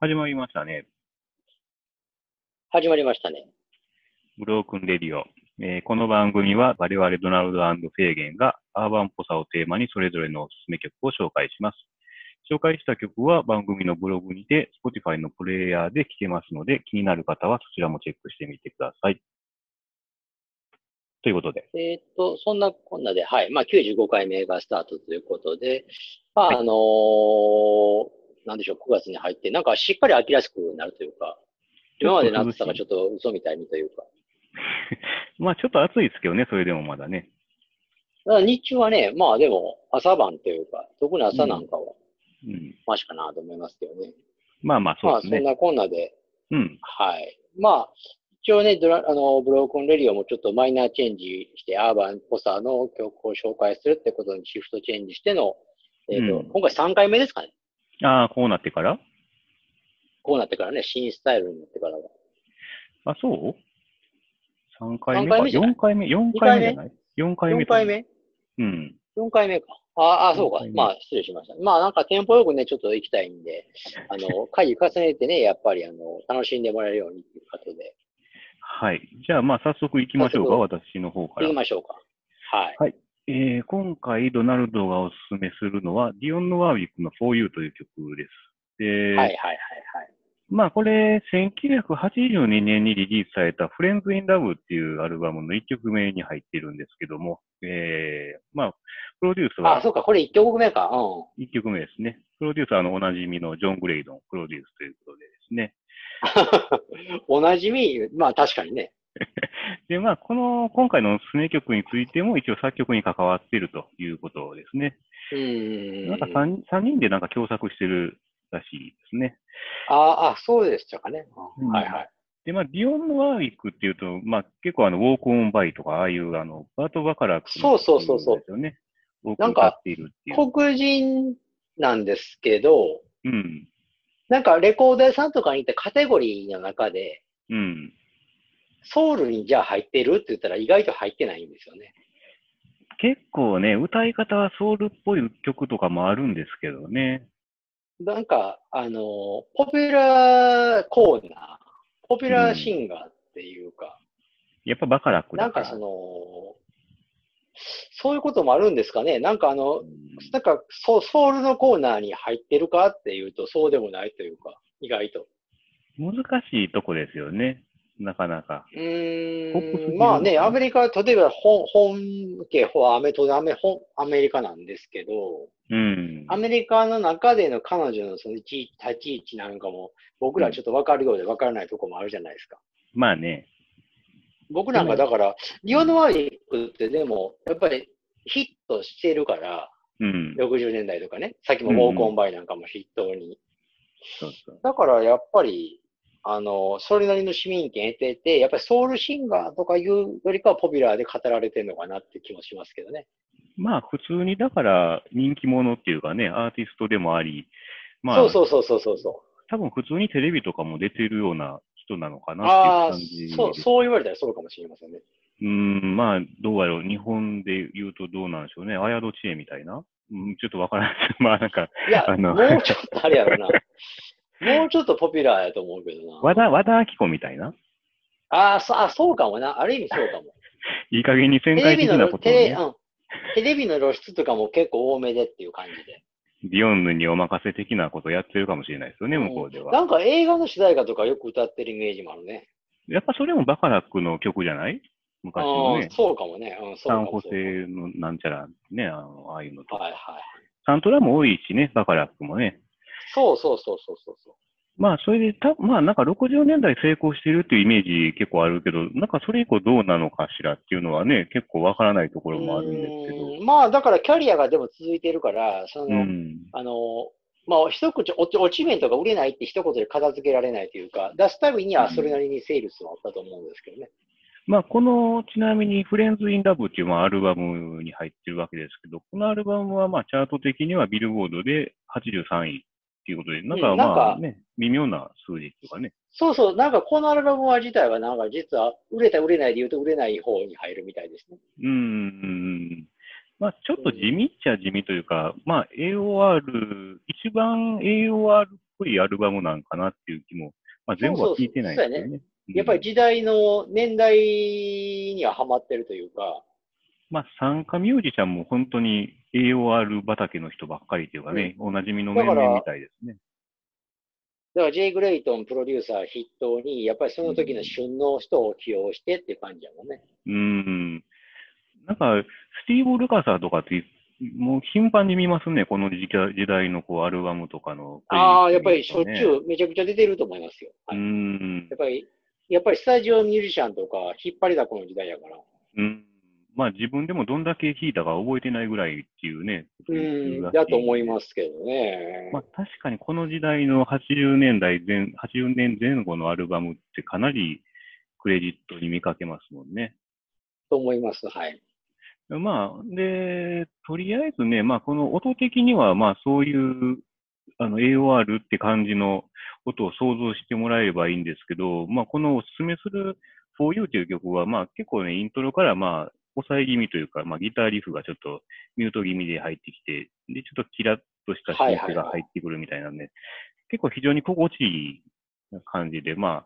始まりましたね。始まりましたね。ブロークンレディオ。えーこの番組は我々ドナルドフェーゲンがアーバンっぽさをテーマにそれぞれのおすすめ曲を紹介します。紹介した曲は番組のブログにて Spotify のプレイヤーで聴けますので気になる方はそちらもチェックしてみてください。ということで。えーっと、そんなこんなで、はい。まあ、95回目がスタートということで、まあ、あのーなんでしょう、9月に入って、なんかしっかり秋らしくなるというか、今までの暑さがちょっと嘘みたいにというか、まあちょっと暑いですけどね、それでもまだね。だから日中はね、まあでも朝晩というか、特に朝なんかは、うん。ましかなと思いますけどね。まあまあそまうあ、でそすね。んなこんなで、うん。はい。まあ、一応ね、ドラあのブローコンレディオもちょっとマイナーチェンジして、アーバンっぽさの曲を紹介するってことにシフトチェンジしての、えっ、と、うん今回3回目ですかね。ああ、こうなってからこうなってからね、新スタイルになってからは。あ、そう ?3 回目三回か。目じゃな4い回目 ?4 回目じゃない ?4 回目と思4回う。目うん。 ?4 回目か。ああ、そう四か回。目まあ、失礼しました。まあ、なんかテンポよくね、ちょっと行きたいんで、あ の、回重ねてね、やっぱり、あの、楽しんでもらえるようにっていうことで、はい。じゃあ、まあ、早速行きましょうか、早私の方か行らき。ましょうか。はい。えー、今回、ドナルドがおすすめするのは、ディオン・ノワーウィックの For You という曲です。で、はいはいはいまあ、これ、1982年にリリースされた Friends in Love っていうアルバムの1曲目に入っているんですけども、えー、まあ、プロデュースはい。あ、はそうか。これ1曲目か。うん。 1曲目ですね。プロデューサーのおなじみのジョン・グレイドンプロデュースということでですね。おなじみ、まあ確かにね。で、まあ、この、今回のおすすめ曲についても、一応作曲に関わっているということですね。うーん。なんか 3, 三人でなんか共作してるらしいですね。ああ、そうでしたかね。うんはいはい。で、まあ、ディオン・ノワーウィックっていうと、まあ、結構あの、ウォーク・オン・バイとか、ああいう、あの、バート・バカラックのそうそうそうそうですよね。多くな歌んかっているっていう。黒人なんですけど、うん。なんかレコード屋さんとかに行ってカテゴリーの中で、うん。ソウルにじゃあ入ってるって言ったら意外と入ってないんですよね。結構ね、歌い方はソウルっぽい曲とかもあるんですけどね。なんか、あの、ポピュラーコーナー、ポピュラーシンガーっていうか、やっぱバカラックなだんか。からその、そういうこともあるんですかね。なんかあの、うんなんかソソウルのコーナーに入ってるかっていうと、そうでもないというか、意外と。難しいとこですよね。なかなか。うポップスー系ん、まあですねね、アメリカ、例えば本本家、ほアメとアメ本アメリカなんですけど、うん。アメリカの中での彼女のその立ち立ち位置なんかも、僕らちょっと分かるようで分からないとこもあるじゃないですか。まあね。僕なんかだから、リオノワリックってでも、やっぱりヒットしてるから、うん。 60年代とかね、さっきもウォーコンバイなんかも筆頭にそうそう。だからやっぱり、あの、それなりの市民権得てて、やっぱりソウルシンガーとかいうよりかはポピュラーで語られてるのかなって気もしますけどね。まあ普通にだから人気者っていうかね、アーティストでもあり、まあそうそうそうそうそうそう。多分普通にテレビとかも出てるような人なのかなああっていう感じー、そう、ですそう言われたらそうかもしれませんね。うーん、まあどうやろう、日本で言うとどうなんでしょうね、綾戸知恵みたいな、うん、 ちょっとわからない。まあなんか、いや、 あのもうちょっとあれやろな。もうちょっとポピュラーやと思うけどな。和田、和田明子みたいな、あーそあ、そうかもな。ある意味そうかも。いい加減にテ旋レ回ビ的のな露、ことをテレ、ねう、ん。テレビの露出とかも結構多めでっていう感じで。ディオンヌにお任せ的なことをやってるかもしれないですよね、うん向こうでは。なんか映画の主題歌とかよく歌ってるイメージもあるね。やっぱそれもバカラックの曲じゃない昔のうねん、そうかもね。うん、そうサかンもホそうかも。セのなんちゃら、ね、あのああいうのとかはいはい。サントラも多いしね、バカラックもね。そうそうそうそうそうそう。まあ、それで、たまあ、なんか60年代成功してるっていうイメージ結構あるけど、なんかそれ以降どうなのかしらっていうのはね、結構わからないところもあるんですけど。うーんまあだからキャリアがでも続いてるから、その、うん。あの、まあ一口落ち、落ち面とか売れないって一言で片付けられないというか、出すたびにはそれなりにセールスはあったと思うんですけどね。まあ、この、ちなみに、フレンズ・イン・ラブっていう、まあ、アルバムに入ってるわけですけど、このアルバムは、まあ、チャート的にはビルボードで83位っていうことで、なんかうんなんかまあ、ね、微妙な数字とかね。そうそう、なんかこのアルバムは自体はなんか実は売れた売れないで言うと売れない方に入るみたいですね。うーん。まあ、ちょっと地味っちゃ地味というか、まあ、AOR、一番 AOR っぽいアルバムなんかなっていう気も、まあ、全部は聞いてないですけどね。そうそうやっぱり時代の年代にはハマってるというか、まあ、参加ミュージシャンも本当に AOR 畑の人ばっかりというかね、おなじみの面々みたいですね。だから J. グレイトンプロデューサー筆頭に、やっぱりその時の旬の人を起用してっていう感じやもんね。うん。なんか、スティーブ・ルカサーとかって、もう頻繁に見ますね、この時期時代のこうアルバムとかの、ああ、やっぱりしょっちゅう。うめちゃくちゃ出てると思いますよ。はういんや。っぱり、やっぱりスタジオミュージシャンとか引っ張りだこの時代やから。うん。まあ自分でもどんだけ弾いたか覚えてないぐらいっていうね。うん、だと思いす。ますけどね。まあ確かにこの時代の80年代前、80年前後のアルバムってかなりクレジットに見かけますもんね。と思います。はい。まあ、で、とりあえずね、まあこの音的にはまあそういうあの AOR って感じの音を想像してもらえればいいんですけど、まあこのおすすめする For You という曲はまあ結構ね、イントロからまあ抑え気味というか、まあギターリフがちょっとミュート気味で入ってきて、で、ちょっとキラッとしたシンセが入ってくるみたいなんで、結構非常に心地いい感じで、ま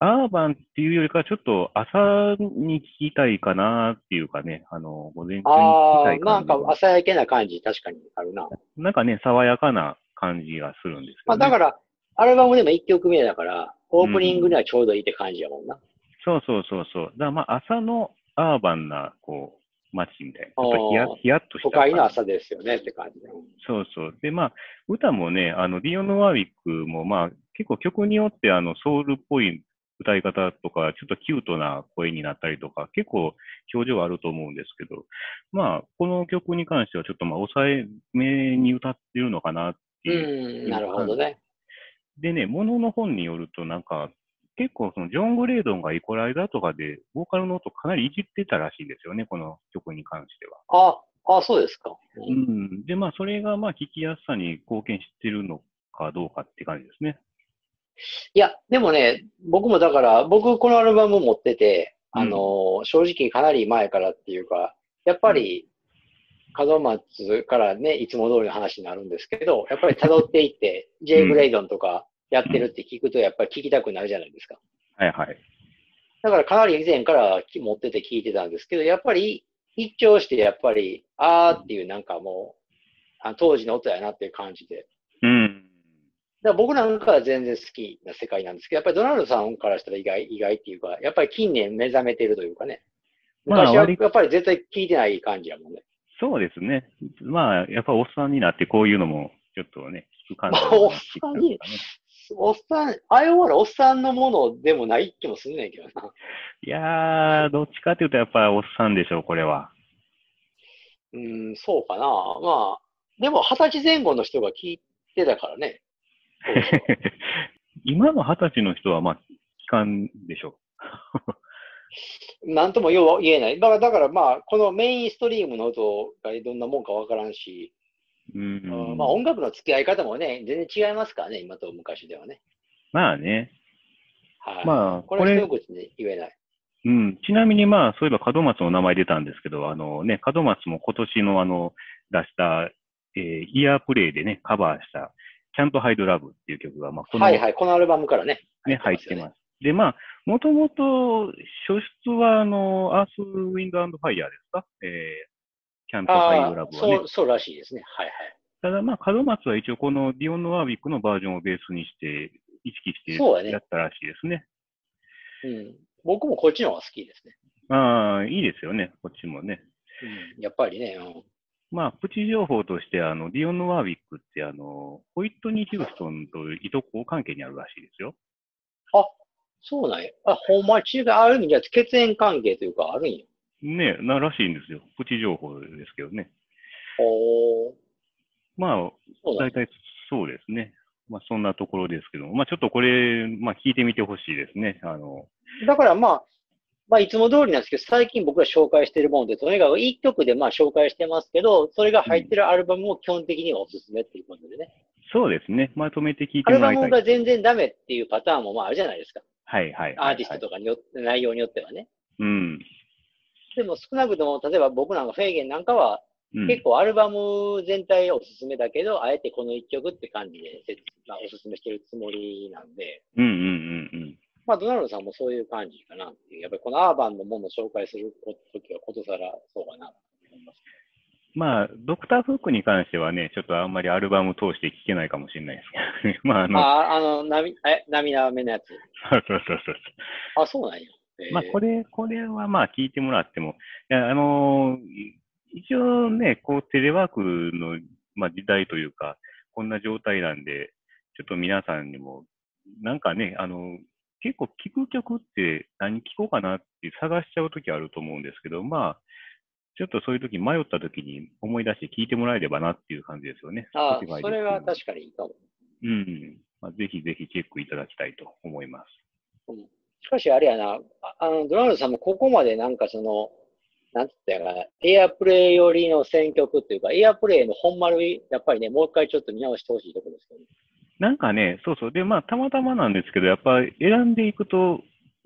あ、アーバンっていうよりかはちょっと朝に聞きたいかなっていうかね、あの、午前中に聞きあたあ、いな感んじかの朝焼けな感じ、確かにあるな。なんかね、爽やかな感じがするんですけまど、あね。だから、アルバムでも1曲目だから、オープニングにはちょうどいいって感じやもんな。そうそうそうそう。だからまあ朝のアーバンな、こう、街みたいな。ちあーょっとヒヤヒヤっとした都感じ。会の朝ですよねって感じ。そうそう。で、まあ、歌もね、あの、ディオン・ワーウィックも、まあ、結構曲によって、あの、ソウルっぽい歌い方とか、ちょっとキュートな声になったりとか、結構表情あると思うんですけど、まあ、この曲に関しては、ちょっとまあ、抑えめに歌ってるのかなってういう。ん、なるほどね。でね、ものの本によると、なんか、結構そのジョン・グレードンがイコライザーとかで、ボーカルの音かなりいじってたらしいんですよね、この曲に関しては。あ、あ、そうですか。ううんん、で、まあ、それがまあ聞きやすさに貢献してるのかどうかって感じですね。いや、でもね、僕もだから、僕このアルバム持ってて、うんあのー正直かなり前からっていうか、やっぱり、門松からね、いつも通りの話になるんですけど、やっぱり辿っていって、J. グレイドンとかやってるって聞くと、やっぱり聞きたくなるじゃないですか。はいはい。だからかなり以前から持ってて聞いてたんですけど、やっぱり一聴して、やっぱり、あーっていうなんかもう、あ当時の音やなっていう感じで、うん。だから僕なんかは全然好きな世界なんですけど、やっぱりドナルドさんからしたら意外、意外っていうか、やっぱり近年目覚めてるというかね。まあ昔は割とやっぱり絶対聞いてない感じやもんね。そうですね。まあ、やっぱおっさんになってこういうのも、ちょっとね、聞く感じまあおっさんにおっさん、あれはおっさんのものでもない気もすんねんけどな。 いやー、どっちかっていうと、やっぱおっさんでしょう、これは。 うん、そうかな。まあ、でも二十歳前後の人が聞いてたからね。今の二十歳の人は、まあ、聞かんでしょなんともよう言えない。だから、だからまあ、このメインストリームの音がどんなもんかわからんし、う。うんうんまあ音楽の付き合い方もね、全然違いますからね、今と昔ではね。まあね。はい。まあ、ここれ、れ一、口で言えない。うん、ちなみにまあ、そういえば門松の名前出たんですけど、あのね、門松も今年のあの、出した、えーイヤープレイでね、カバーした、ちゃんとハイドラブっていう曲が、まあ、このはいね、はい、このアルバムからね。。入ってますす。で、まあ、もともと、初出はあの、アースウィンドアンドファイヤーですかえー、キャンとハイあドラあ、ブはねそう、。そうらしいですね。はいはい。ただまあ、門松は一応このディオン・ノワービックのバージョンをベースにして、意識してそうやねやったらしいですね。うん。僕もこっちの方が好きですね。ああ、いいですよね、こっちもね。うん、やっぱりね、うん。まあ、プチ情報として、あの、ディオン・ワーウィックって、あの、ホイットニー・ヒューストンといとこ関係にあるらしいですよ。そうなんや。あ、ほんまに違う。ある意味じゃ血縁関係というか、あるんや。ねえ、な、らしいんですよ。プチ情報ですけどね。おー。まあ、そうなん大や体そうですね。まあ、そんなところですけども、まあ、ちょっとこれ、まあ、聞いてみてほしいですね。あの、だからまあ、まあ、いつも通りなんですけど、最近僕が紹介してるもので、とにかく一曲でまあ紹介してますけど、それが入ってるアルバムも基本的にはおすすめっていうことでね。そうですね。まとめて聞いアてルもバらいムたい。が全然ダメっていうパターンもまああるじゃないですか。はいはい。アーティストとかによって、内容によってはね。うん。でも少なくとも、例えば僕なんかフェーゲンなんかは、うん結構アルバム全体おすすめだけど、あえてこの一曲って感じで、せまあ、おすすめしてるつもりなんで、うんうんうんうん。まあ、ドナルドさんもそういう感じかなっていう。やっぱりこのアーバンのものを紹介するときはことさらそうかなと思います。まあ、ドクターフックに関してはね、ちょっとあんまりアルバム通して聴けないかもしれないですけどね。 まあ、あの、あ、あの、なみ、え、涙目のやつ。そうそうそうそう。あ、そうなんや。えーまあ、これ、これはまあ、聞いてもらっても、いや、あのー一応ね、こう、テレワークの、まあ、時代というか、こんな状態なんで、ちょっと皆さんにも、なんかね、あの結構聴く曲って何聴こうかなって探しちゃう時あると思うんですけど、まあ、ちょっとそういう時迷った時に思い出して聴いてもらえればなっていう感じですよね。あ Spotify で、それは確かにいいかも。うん。まあ、ぜひぜひチェックいただきたいと思います。しかし、あれやな、ああの、ドナルドさんもここまでなんかその、なんて言ったらいいかな、エアプレイ寄りの選曲っていうか、エアプレイの本丸、やっぱりね、もう一回ちょっと見直してほしいところですけど、ね、なんかね、そうそう。で、まあ、たまたまなんですけど、やっぱ選んでいくと、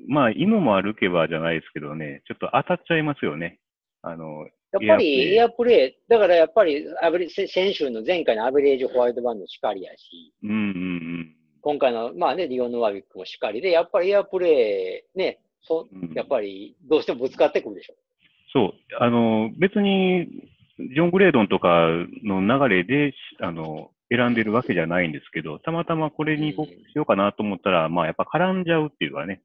まあ、犬も歩けばじゃないですけどね、ちょっと当たっちゃいますよね。あの、やっぱりエエアプレイ、だからやっぱりアベレ、せ先週の前回のアベレージホワイトバンドしかりやし、うんうん今回の、まあね、リオン・ノワビックもしかりで、やっぱりエアプレイ、ね、そうんやっぱりどうしてもぶつかってくるでしょ。そう。あの、別に、ジョン・グレードンとかの流れで、しあの、選んでるわけじゃないんですけど、たまたまこれにこううんしようかなと思ったら、まあ、やっぱ絡んじゃうっていうか ね、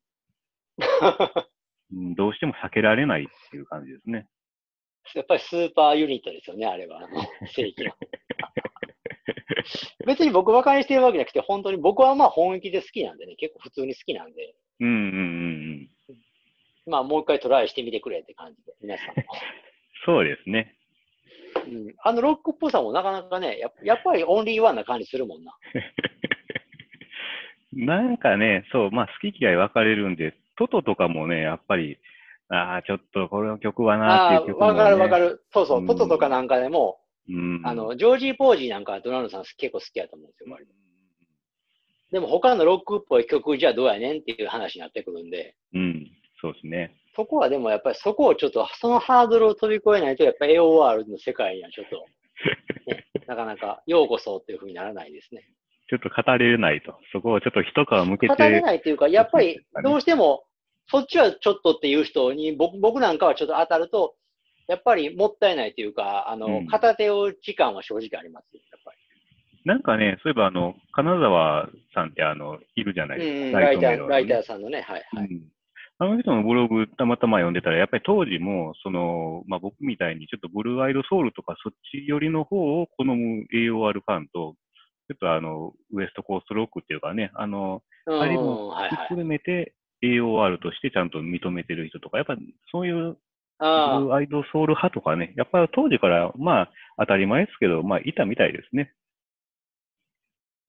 うんどうしても避けられないっていう感じですね。やっぱりスーパーユニットですよね、あれは。あ の 正規の。別に僕馬鹿にしてるわけじゃなくて、本当に僕はまあ本気で好きなんでね、結構普通に好きなんで、うんうんうんうん。まあもう一回トライしてみてくれって感じで、皆さんも。そうですね。 うん、あのロックっぽさもなかなかね、やっやっぱりオンリーワンな感じするもんな。なんかね、そう、まあ好き嫌い分かれるんで、トトとかもね、やっぱり、ああ、ちょっとこの曲はなーあっていうあ、曲も、ね。わかるわかる。そうそうう、んトトとかなんかでも、うん。あの、ジョージー・ポージーなんかはドナルドさん結構好きやと思うんですよ、割とでも他のロックっぽい曲じゃどうやねんっていう話になってくるんで、うん、そうですね。そこはでもやっぱりそこをちょっと、そのハードルを飛び越えないと、やっぱ AOR の世界にはちょっと、ね、なかなか、ようこそっていうふうにならないですね。ちょっと語れないと。そこをちょっと一皮向け語れて、ないというか、やっぱりどうしても、そっちはちょっとっていう人に、僕僕なんかはちょっと当たると、やっぱりもったいないというか、あの、うん片手を時間は正直ありますよやっぱり。なんかね、そういえばあの、金沢さんってあの、いるじゃないですか。うん、ライタメロのー、ラねイターさんのね、はい、はい。うんあの人のブログたまたま読んでたら、やっぱり当時も、その、まあ僕みたいにちょっとブルーアイドソウルとかそっち寄りの方を好む AOR ファンと、ちょっとあの、ウエストコーストロックっていうかね、あの、うん、あれもはい、ひっはいく。るめて AOR としてちゃんと認めてる人とか、やっぱそういうブあルーアイドソウル派とかね、やっぱ当時から、まあ当たり前ですけど、まあいたみたいですね。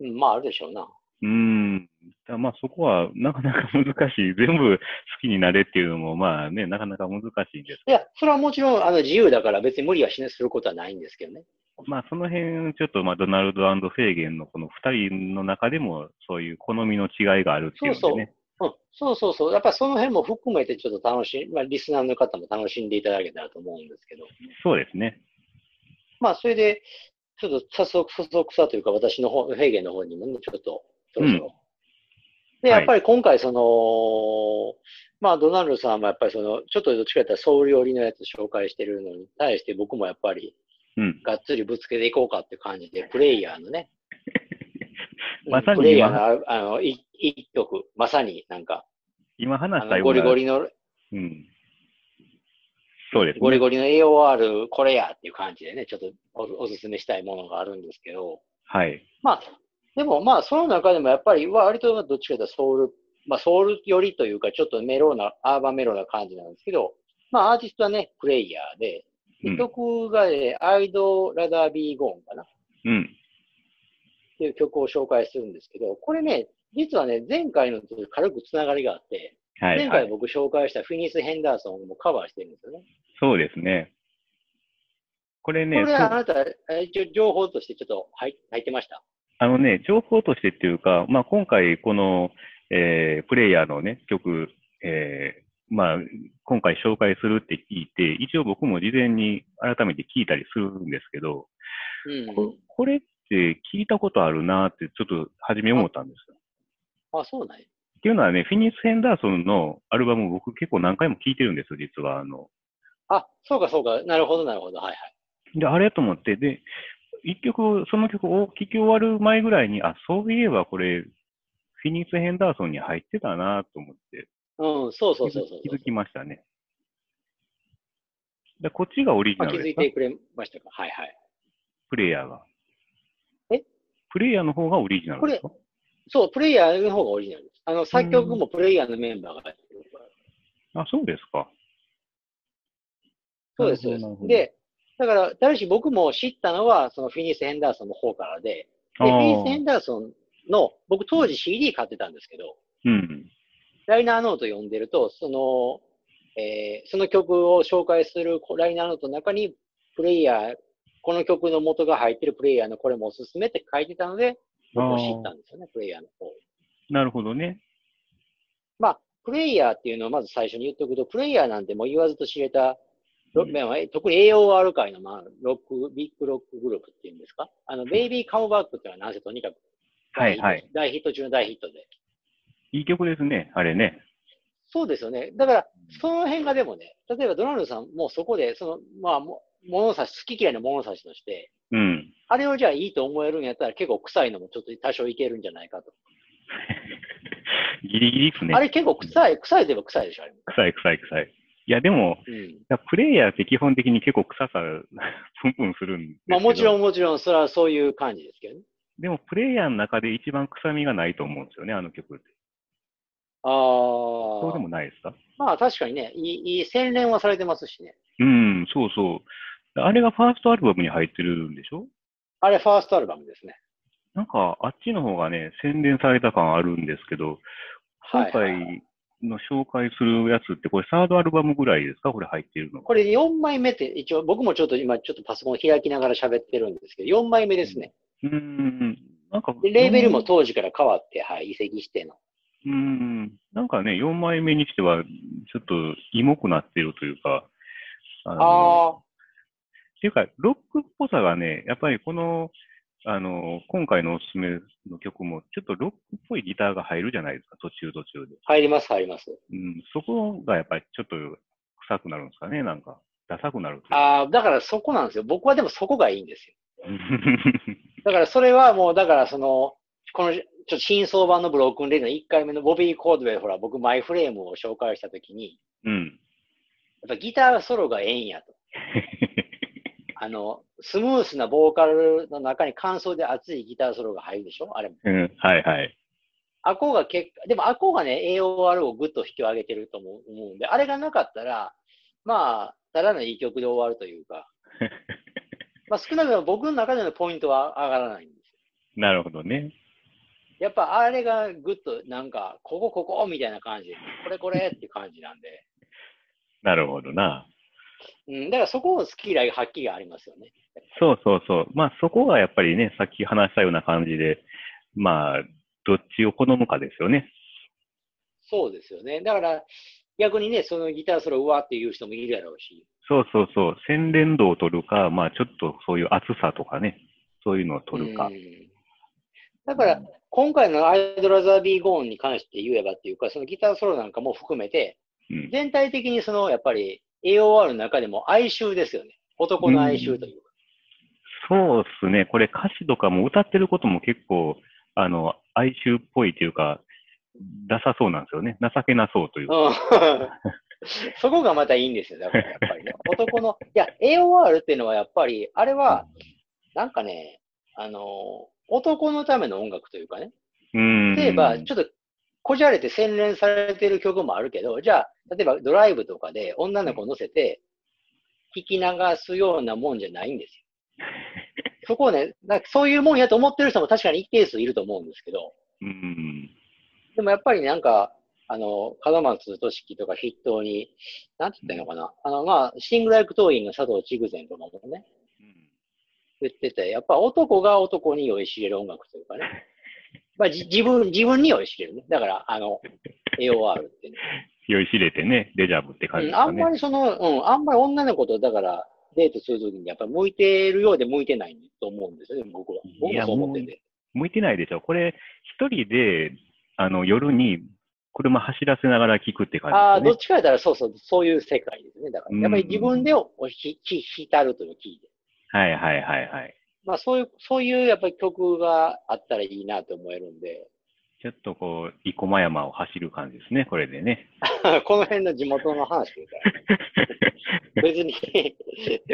ーうんまあ、あるでしょうな。うん。だまあそこはなかなか難しい。全部好きになれっていうのも、まあね、なかなか難しいんですいや、それはもちろん、あの、自由だから別に無理はしない、することはないんですけどね。まあ、その辺、ちょっと、まあ、ドナルドフェーゲンのこの二人の中でも、そういう好みの違いがあるっていうそのうでそね。うん、そうそうそう。やっぱその辺も含めてちょっと楽しん、まあ、リスナーの方も楽しんでいただけたらと思うんですけど。そうですね。まあ、それで、ちょっと早速、早速さというか、私の方、平原の方にもね、ちょっと、そろそろ。で、はいやっぱり今回、その、まあ、ドナルドさんもやっぱりその、ちょっとどっちかというとソウル寄りのやつ紹介してるのに対して、僕もやっぱり、うん。。がっつりぶつけていこうかって感じで、プレイヤーのね まさに今プレイヤーのあ、あの、い一曲、まさになんか、今話あしたのようゴな。リゴリの、うん。そうですね。ゴリゴリの AOR これやっていう感じでね、ちょっとおおすすめしたいものがあるんですけど、はい。まあ、でもまあ、その中でもやっぱり割とどっちかというとソウル、まあソウル寄りというか、ちょっとメローな、アーバンメローな感じなんですけど、まあアーティストはね、プレイヤーで、うん。曲が、ね、アイドラダービーゴーンかなっうん。ていう曲を紹介するんですけど、これね、実はね、前回のと軽くつながりがあって、はい、前は回い。僕紹介したフィニス・ヘンダーソンもカバーしてるんですよね。そうですね。これね、これそうはあなた、え一応情報としてちょっと入入ってました。あのね、情報としてっていうか、まあ、今回、この、えープレイヤーのね、曲、えーまあ、今回紹介するって聞いて、一応僕も事前に改めて聞いたりするんですけど、うん。ここれって聞いたことあるなって、ちょっと初め思ったんですよ。あ、そうなんや。っていうのはね、フィニス・ヘンダーソンのアルバムを僕結構何回も聞いてるんですよ、実は。あの、あ、そうかそうか。なるほど、なるほど。はいはい。で、あれと思って、で、一曲、その曲を聴き終わる前ぐらいに、あ、そういえばこれ、フィニス・ヘンダーソンに入ってたなと思って、うん、そう気そうそうづそう気づきましたね。でこっちがオリジあナ気ルづですいかてくれましたか。はいはい。プレイヤーが。えプレイヤーの方がオリジナルですかそう、プレイヤーの方がオリジナルです。あの、作曲もプレイヤーのメンバーがやってるから。あ、そうですか。そうです、そうなでるほどなるほす。どで、だから、誰し僕も知ったのは、そのフィニス・ヘンダーソンの方からで、あで、フィニス・ヘーンダーソンの、僕当時 CD 買ってたんですけど、うん。ライナーノート読んでると、その、えーその曲を紹介するライナーノートの中に、プレイヤー、この曲の元が入ってるプレイヤーのこれもおすすめって書いてたので、僕も知ったんですよね、プレイヤーの方。なるほどね。まあ、プレイヤーっていうのをまず最初に言っておくと、プレイヤーなんてもう言わずと知れた、ロうんまあえ特に AOR 界の、まあ、ロック、ビッグロックグループっていうんですかあの、ベイビーカムバックっていうのはなぜとにかく、はいはい。大ヒット中の大ヒットで。いい曲ですね、あれね。そうですよね。だから、その辺がでもね、例えばドナルドさんもそこで、その、まあ、も物差し、好き嫌いの物差しとして、うん。あれをじゃあいいと思えるんやったら結構臭いのもちょっと多少いけるんじゃないかと。ギリギリですねあ。れ結構臭い、臭いといえば臭いでしょ、あれも。臭い臭い臭い。いや、でも、うん。いやプレイヤーって基本的に結構臭さ、プンプンするんですけど。まあもちろん。んもちろん、それはそういう感じですけどね。でも、プレイヤーの中で一番臭みがないと思うんですよね、あの曲って。あそうであも。ないですかまあ確かにね、いい、いい洗練はされてますしね。うん、そうそう。あれがファーストアルバムに入ってるんでしょあれファーストアルバムですね。なんか、あっちの方がね、洗練された感あるんですけど、今はい、はいはい。回の紹介するやつって、これサードアルバムぐらいですかこれ入っているのが。これ4枚目って一応僕もちょっと今ちょっとパソコン開きながら喋ってるんですけど、4枚目ですね。うーん、なんか。でレーベルも当時から変わって、はい、移籍しての。うーん、なんかね、4枚目にしては、ちょっと、イモくなってるというか、あのあっていうか、ロックっぽさがね、やっぱりこの、あの、今回のおすすめの曲も、ちょっとロックっぽいギターが入るじゃないですか、途中途中で。あ、入ります、入ります。うん、そこがやっぱりちょっと臭くなるんですかね、なんか。ダサくなるというか。ああ、だからそこなんですよ。僕はでもそこがいいんですよ。 うだからそれはもう、だからその、この、ちょっと新装版のブロークンレディの1回目のボビー・コードウェイ、ほら、僕マイフレームを紹介したときに、ん。やっぱギターソロがええんやと。あの、スムースなボーカルの中に乾燥で熱いギターソロが入るでしょあれも。うん、はいはい。アコが結果、でもアコがね、AOR をぐっと引き上げてると思う思うんで、あれがなかったら、まあ、ただのいい曲で終わるというか、まあ少なくとも僕の中でのポイントは上がらないんですよ。なるほどね。やっぱあれがぐっとなんか、ここここみたいな感じで、これこれって感じなんで、なるほどな。うん、だからそこを好き嫌いがはっきりありますよね。そうそうそう。まあそこがやっぱりね、さっき話したような感じで、まあ、どっちを好むかですよね。そうですよね。だから逆にね、そのギターソロうわっていう人もいるやろうし、そうそうそう。洗練度を取るか、まあちょっとそういう厚さとかね、そういうのを取るか。うんだから、今回のアイドラザービーゴーンに関して言えばっていうか、そのギターソロなんかも含めて、うん全体的にその、やっぱり AOR の中でも哀愁ですよね。男の哀愁というか。そうですね。これ歌詞とかも歌ってることも結構、あの、哀愁っぽいというか、ダサそうなんですよね。情けなそうというか。うん そこがまたいいんですよ。だからやっぱりね。男の、いや、AOR っていうのはやっぱり、あれは、なんかね、あの、男のための音楽というかね。うん。例えば、ちょっと、こじゃれて洗練されてる曲もあるけど、じゃあ、例えばドライブとかで女の子を乗せて、聞き流すようなもんじゃないんですよ。 そこをね、なんかそういうもんやと思ってる人も確かに一定数いると思うんですけど、うん。でもやっぱりなんか、あの、門松俊樹とか筆頭に、なんて言ったらいいのかな、あの、まあ、シングライク党員の佐藤千具前とかもね、言ってて、やっぱ男が男に酔いしれる音楽というかね。まあ、じ自分、自分に酔いしれるね。だから、あの、AOR ってね、酔いしれてね、デジャブって感じうですん、あかんねま。りその、うん、あんまり女の子と、だから、デートするときに、やっぱり向いてるようで向いてないと思うんですよね、僕は。僕いもやそう思ってて。向いてないでしょ。これ、一人で、あの、夜に車走らせながら聞くって感ああ、じでどすっちか言ったら、そうそう、そういう世界ですね。だかうら、んやっぱり自分でおひひ浸るという聞いて。ね。はいはいはいはい。まあ、そういう、そういう、やっぱり曲があったらいいなと思えるんで、ちょっとこう、生駒山を走る感じですね、これでね。 この辺の地元の話でから。別に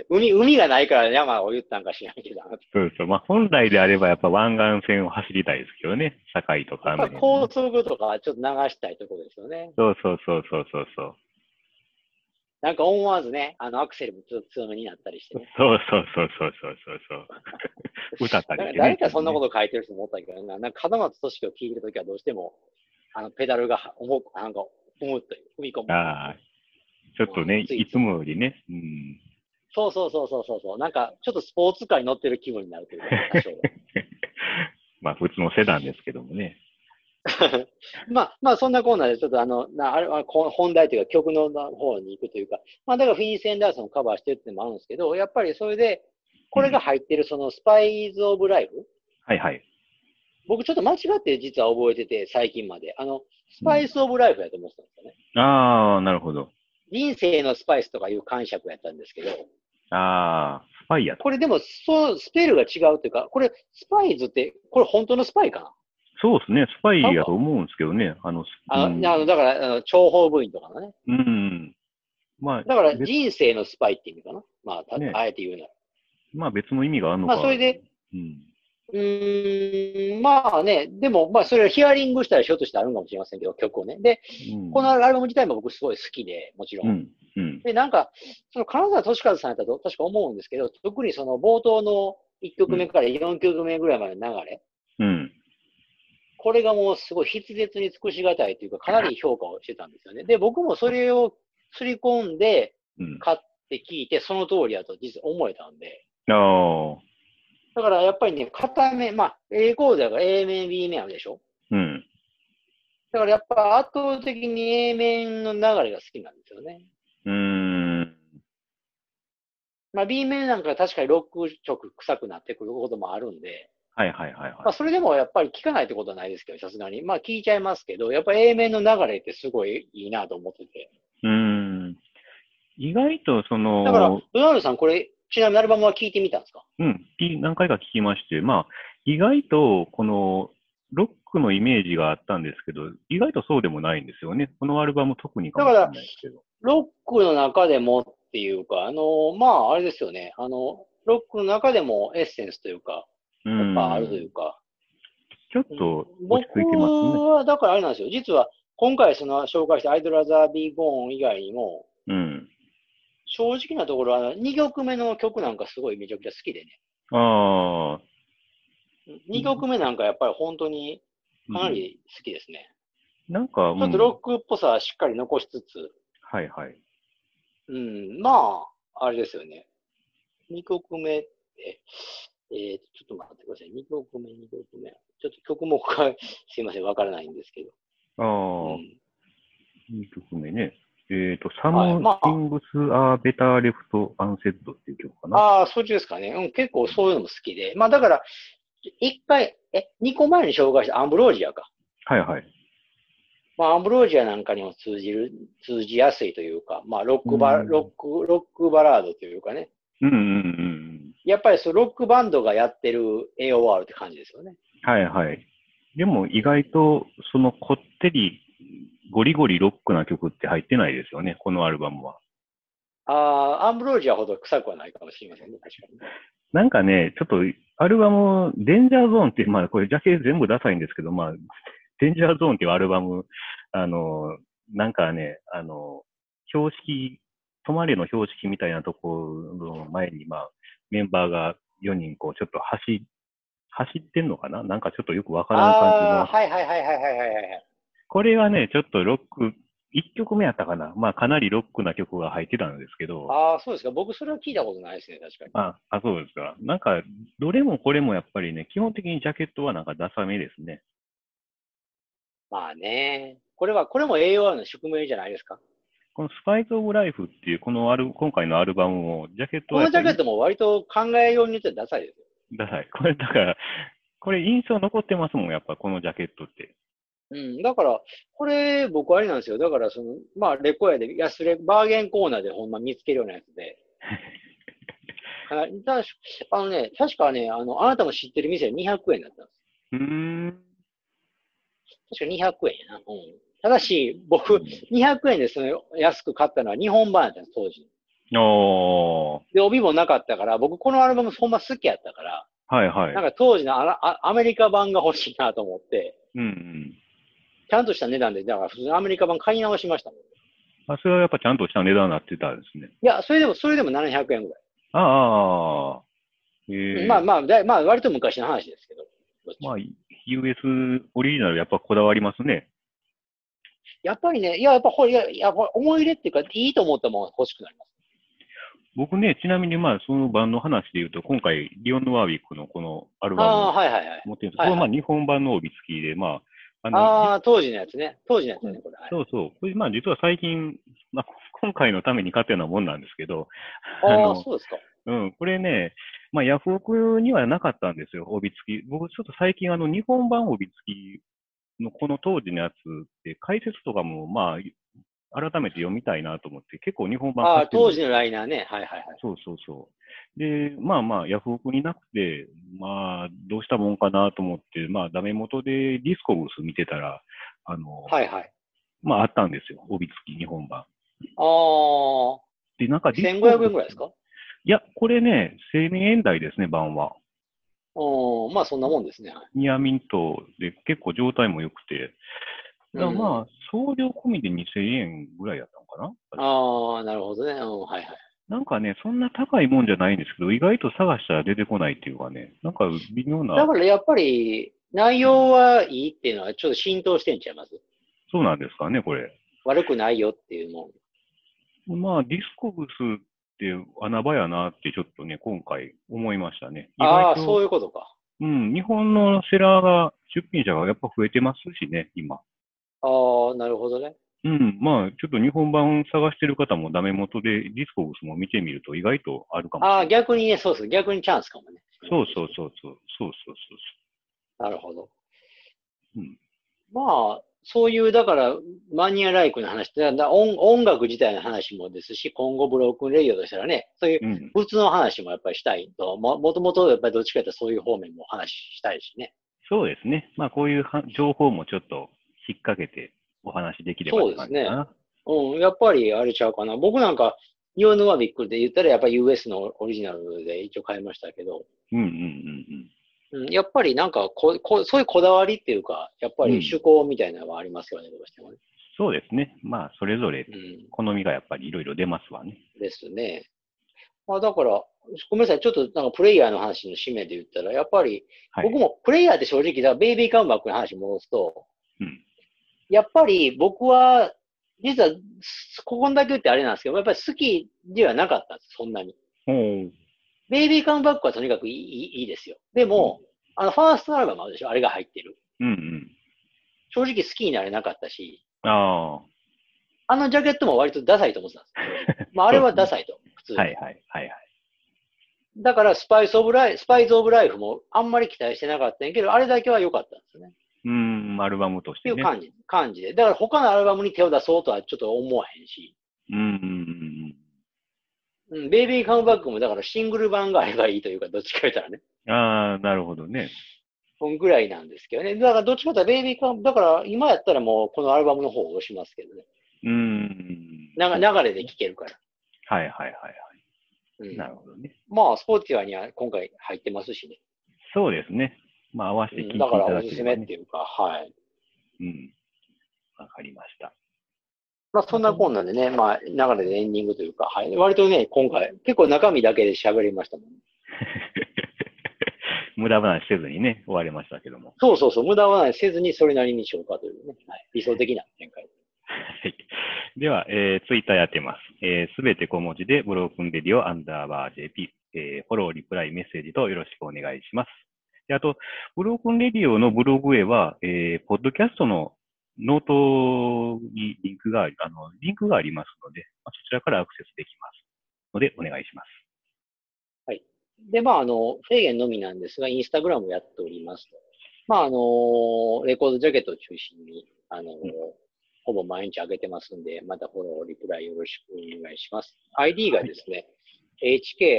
海、海がないから山を言ったんか知らんけど、そうそう。まあ、本来であれば、やっぱ湾岸線を走りたいですけどね。堺とかやあっの辺ぱねり高速とかちょっと流したいところですよね。そうそうそうそうそうそう。なんか思わずね、あのアクセルもちょっと強めになったりしてね。そうそうそうそうそうそうそう。歌ったりしてなんかね。誰かそんなこと書いてる人もおったけどな、なんか門松俊樹を聴いてるときはどうしても、あのペダルが重く、なんか重くと踏み込む。ああ、ちょっとね、ついいつもよりね。うん。そうそうそうそうそうそう。なんかちょっとスポーツカーに乗ってる気分になるというか、多少はまあ、普通のセダンですけどもね。まあ、まあ、そんなコーナーで、ちょっとあの、なあれはこ本題というか、曲の方に行くというか、まあ、だからフィニー・センダーソンをカバーしてるってのもあるんですけど、やっぱりそれで、これが入ってるそのスパイズ・オブ・ライフ、はいはい。僕ちょっと間違って実は覚えてて、最近まで。あの、スパイス・オブ・ライフやと思ってたんですよね。ああ、なるほど。人生のスパイスとかいう解釈やったんですけど、ああ、スパイやと。これでも、そう、スペルが違うというか、これ、スパイズって、これ本当のスパイかなそうですね、スパイやと思うんですけどね。あの、あうの、ん、あのだから、あの諜報部員とかのね。うん。まあ、だから、別人生のスパイって意味かなまあ、たねあえて言うなら。まあ別の意味があるのか。まあ、それで、うん。うーん、まあね、でも、まあ、それをヒアリングしたらひょっとしてあるんかもしれませんけど、曲をね。で、うん、このアルバム自体も僕すごい好きで、もちろ。うんん。うん。で、なんか、その金沢俊和さんやったと確か思うんですけど、特にその冒頭の1曲目から4曲目ぐらいまでの流れ、うん。これがもうすごい筆舌に尽くしがたいというか、かなり評価をしてたんですよね。で、僕もそれを刷り込んで、うん。買って聞いて、その通りだと実は思えたんで、ああ。だからやっぱりね、片目、まあ、A コードだから A 面、B 面あるでしょうん。だからやっぱ圧倒的に A 面の流れが好きなんですよね。うーん。まあ B 面なんか確かにロック色臭くなってくることもあるんで、はいはいはいまあはそれでもやっぱり聞かないってことはないですけど、さすがに。まあ聞いちゃいますけど、やっぱ A 面の流れってすごいいいなと思ってて。い。うーん。意外とその、だから、ドナルドさんこれ、ちなみにアルバムは聞いてみたんですかうん、き何回か聞きまして、まあ、意外と、この、ロックのイメージがあったんですけど、意外とそうでもないんですよね。このアルバム特にかもしれないですけど。ロックの中でもっていうか、あの、まあ、あれですよね。あの、ロックの中でもエッセンスというか、うやっんぱあるというか。ちょっと落僕ち着いてますね。は、だからあれなんですよ。実は、今回その紹介したアイドラザービーゴーン以外にも、うん。正直なところ、あの、2曲目の曲なんかすごいめちゃくちゃ好きでね。ああ。 2曲目なんかやっぱり本当にうんかなり好きですね。なんか、うんちょっとロックっぽさはしっかり残しつつ、はいはい。うん、まあ、あれですよね。2曲目って、えー、ちょっと待ってください。2曲目、2曲目。ちょっと曲も すいません、わからないんですけど。ああ、うんいい曲目ね。えっ、と、サはいムまあシングス・アー・ベター・レフト・アンセッドっていう曲かな。ああ、そっちですかね。うん、結構そういうのも好きで。まあだから、一回、え、2個前に紹介したアンブロージアか。はいはい。まあ、アンブロージアなんかにも通じる、通じやすいというか、まあ、ロックバ、うんロック、ロックバラードというかね。うんうんうんうん。やっぱりそう、ロックバンドがやってる AOR って感じですよね。はいはい。でも意外と、そのこってり、ゴリゴリロックな曲って入ってないですよね、このアルバムは。ああ、アンブロージアほど臭くはないかもしれませんね、確かに。なんかね、ちょっと、アルバム、デンジャーゾーンって、まあこれジャケ全部ダサいんですけど、まあ、デンジャーゾーンっていうアルバム、あの、なんかね、あの、標識、泊まれの標識みたいなところの前に、まあ、メンバーが4人こう、ちょっと走、走ってんのかななんかちょっとよくわからん感じのああー、はいはいはいはいはいはいはい。これはね、ちょっとロック、1曲目やったかな。まあ、かなりロックな曲が入ってたんですけど、ああ、そうですか。僕それは聞いたことないですね、確かに。ああ、そうですか。なんか、どれもこれもやっぱりね、基本的にジャケットはなんかダサめですね。まあね。これは、これも AOR の宿命じゃないですか。このスパイスオブライフっていう、このアル今回のアルバムも、ジャケットこはやのっジぱャりケットも割と考えようによってはダサいですよ。ダサい。これだから、これ印象残ってますもん、やっぱこのジャケットって。うん。だから、これ僕あれなんですよ。だから、その、まあ、レコヤで安レ、バーゲンコーナーでほんま見つけるようなやつ で。はいだしあのね、確かね、あの、あなたも知ってる店で200円だったんです。うーん。確か200円やな。うん。ただし、僕、200円でその安く買ったのは日本版やったんです、当時。おー。で、帯もなかったから、僕このアルバムほんま好きやったから、はいはいなん。か当時のアラあアメリカ版が欲しいなと思って、うんうん。ちゃんとした値段で、だから普通のアメリカ版買い直しましたもん。いあ、それはやっぱちゃんとした値段になってたんですね。や、それでも、それでも700円ぐらい。ああああ。ええまあまあ、だいまあ、割と昔の話ですけど。どっちもまあ、US オリジナルやっぱこだわりますね。やっぱりね、いや、やっぱほいや、やっぱ思い入れっていうか、いいと思ったものが欲しくなります。僕ね、ちなみにまあ、そのバンの話で言うと、今回、リオン・ワービックのこのアルあバムあ、はいはいはい。持ってるんですはいこれはいまあ日本版の帯付きで、まあ、あの、ああ、当時のやつね。当時のやつね、これ。はいそうそう。これまあ実は最近、まあ、こ今回のために買ったようなもんなんですけど、あああ、のそうですか。うん、これね、まあヤフオクにはなかったんですよ、帯付き。僕ちょっと最近あの日本版帯付きのこの当時のやつって解説とかもまあ、改めて読みたいなと思って、結構日本版あ買あ、ってるん当です時のライナーね。はいはいはい。そうそうそう。で、まあまあ、ヤフオクになくて、まあ、どうしたもんかなと思って、まあ、ダメ元でディスコブス見てたら、あの、はいはい。まあ、あったんですよ。帯付き日本版。ああ、で、なんかディスコブス1500円ぐらいですかいや、これね、1000円台ですね、版は。うん、まあそんなもんですね。はいニアミントで結構状態も良くて。だからまあ、送料込みで2000円ぐらいやったのかなああ、なるほどね。うん、はいはい。なんかね、そんな高いもんじゃないんですけど、意外と探したら出てこないっていうかね、なんか微妙なだ、からやっぱり、内容はいいっていうのはちょっと浸透してんちゃいますそうなんですかね、これ。悪くないよっていうもまあ、ディスコブスって穴場やなってちょっとね、今回思いましたね。ん。ああ、そうう。いうことか。うん、日本のセラーが、出品者がやっぱ増えてますしね、今。ああ、なるほどね。うん、まあ、ちょっと日本版探してる方もダメ元で、ディスコブスも見てみると意外とあるかもしれあなあ、い。逆にね、そうです。逆にチャンスかもね。。そうそうそうそう、そうそうそうなるほど。うんまあ、そういう、だから、マニアライクの話って、だから音音楽自体の話もですし、今後ブロークンレイオとしたらね、そういうう。うん。物の話もやっぱりしたいと、ももともとやっぱりどっちかというとそういう方面も話したいしね。そうですね。まあ、こういうは情報もちょっと引っ掛けてお話できればって感じかな。うん、やっぱりあれちゃうかな。僕なんか、日本のはびっくりで言ったら、やっぱり US のオリジナルで一応買いましたけど、うんうんうんうん。うん、やっぱりなんかここ、そういうこだわりっていうか、やっぱり趣向みたいなのはありますよね、どうしてもね。そうですね。まあ、それぞれうん、好みがやっぱりいろいろ出ますわね。ですね。まあだから、ごめんなさい、ちょっとなんかプレイヤーの話の使命で言ったら、やっぱり、はい。僕もプレイヤーって正直だ、ベイビーカムバックの話に戻すと、うんやっぱり僕は、実は、すここだけ言ってあれなんですけど、やっぱり好きではなかったんです、そんなに。おうベイビーカムバックはとにかくいいいいいいですよ。でも、あの、ファーストアルバムあるでしょあれが入ってる。うんうん。正直好きになれなかったし、ああのジャケットも割とダサいと思ってたん ですよ。まあ、あれはダサいと、普通あ。はいに。はいはいはい。だから、スパイスオブライ、スパイズオブライフもあんまり期待してなかったんやけど、あれだけは良かったんですよね。うーん、アルバムとしっていてね。う感じ、感じで。だから他のアルバムに手を出そうとはちょっと思わへんし。うんうんうんうん、ベイビーカムバックもだからシングル版があればいいというか、どっちか言ったらね。うん。ああ、なるほどね。こんぐらいなんですけどね。だからどっちかというとベイビーカム、だから今やったらもうこのアルバムの方を押しますけどね。うーん。なが流れで聴けるから。はいはいはいはうい。ん、なるほどね。まあ、スポーツィアには今回入ってますしね。そうですね。まあ合わせて聞いてうん、いだたからだおけすれすばめねっていうか、はい。うん。わかりました。まあ、そんなこんなんでね、まあ、流れでエンディングというか、はい。割とね、今回、結構中身だけで喋りましたもん。無駄話せずにね、終わりましたけども。そうそうそう、無駄はないせずにそれなりに消化というね、はい、理想的な展開。はい。では、えー、ツイッターやってます。す、え、べ、て小文字で、ブロークンレディオアンダーバー JP、えーフォロー、リプライ、メッセージとよろしくお願いします。であと、ブロークンレディオのブログへは、えーポッドキャストのノートにリンクがあり、あの、リンクがありますので、まあそちらからアクセスできますので、お願いします。で、まあ、あの、フェーゲンのみなんですが、インスタグラムをやっております。まあ、あの、レコードジャケットを中心に、あの、んほぼ毎日上げてますんで、またフォロー、リプライよろしくお願いします。ID がですね、HK774111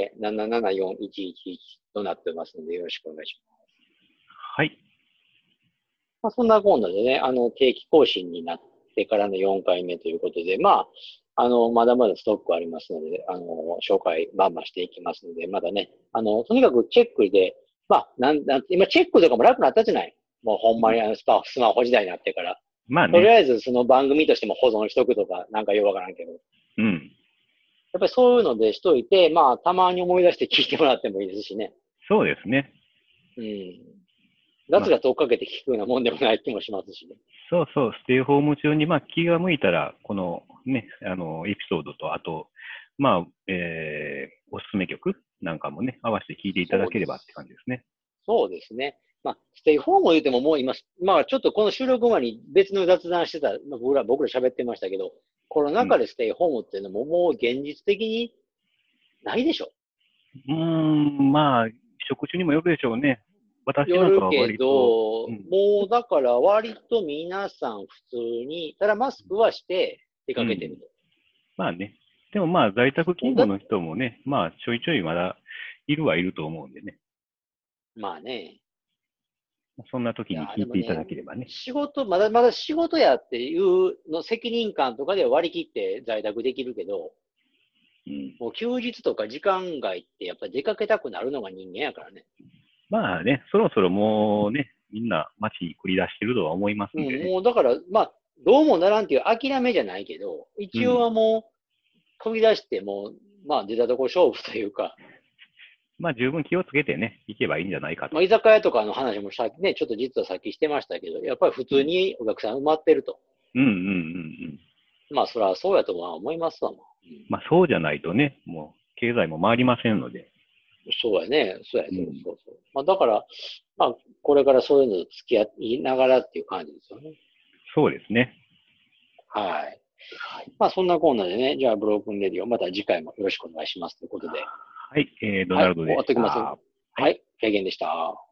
となってますので、よろしくお願いします。はい。まあ、そんなこんなでね、あの、定期更新になってからの4回目ということで、まあ、あの、まだまだストックありますので、あの、紹介バンバンしていきますので、まだね、あの、とにかくチェックで、まあ、なん、なん、今チェックとかも楽になったじゃないもうほんまにあのスマスマホ時代になってから。まあとりね、あえずその番組としても保存しとくとか、なんかようわからんけど。うん。やっぱりそういうのでしといて、まあ、たまに思い出して聞いてもらってもいいですしね。そうですね。うん。ガツガツ追っかけて聞くようなもんでもない気もしますしね。そうそう、ステイホーム中に、まあ、気が向いたら、このね、あの、エピソードと、あと、まあ、えー、おすすめ曲なんかもね、合わせて聴いていただければって感じですね。そうですね。まあ、ステイホームを言うてももう今、まあちょっとこの収録前に別の雑談してた、まあ僕ら、僕ら喋ってましたけど、コロナ禍でステイホームっていうのももう現実的にないでしょ。うーん、まあ、食中にもよるでしょうね。私よなんるかはけ割と、ど、うんもうだから割と皆さん普通に、ただマスクはして出かけてると。まあね、でもまあ、在宅勤務の人もね、まあ、ちょいちょいまだいるはいると思うんでね、まあね、そんな時に聴いていただければね。仕事、まだまだ仕事やっていうの責任感とかでは割り切って在宅できるけど、うん、もう休日とか時間外ってやっぱり出かけたくなるのが人間やからね。まあね、そろそろもうね、みんな街に繰り出してるとは思いますうんでん、ね。もうだから、まあ、どうもならんっていう諦めじゃないけど、一応はもう、飛び出してもう、まあ、出たとこ勝負というか、まあ、十分気をつけてね、行けばいいんじゃないかとまあ、。居酒屋とかの話もさっきね、ちょっと実はさっきしてましたけど、やっぱり普通にお客さん埋まってると。うんうんうんうん。まあ、そりゃそうやとは思いますわもん。まあそうじゃないとね、もう経済も回りませんので。そうやね。そうや、そううんそうそう。まあ、だから、まあ、これからそういうのと付き合いながらっていう感じですよね。そうですね。はい。まあ、そんなコーナーでね、じゃあ、ブロークンレディオ、また次回もよろしくお願いしますということで。はい、えー、ドナルドではい終わっしときた。ますはい、軽減でした。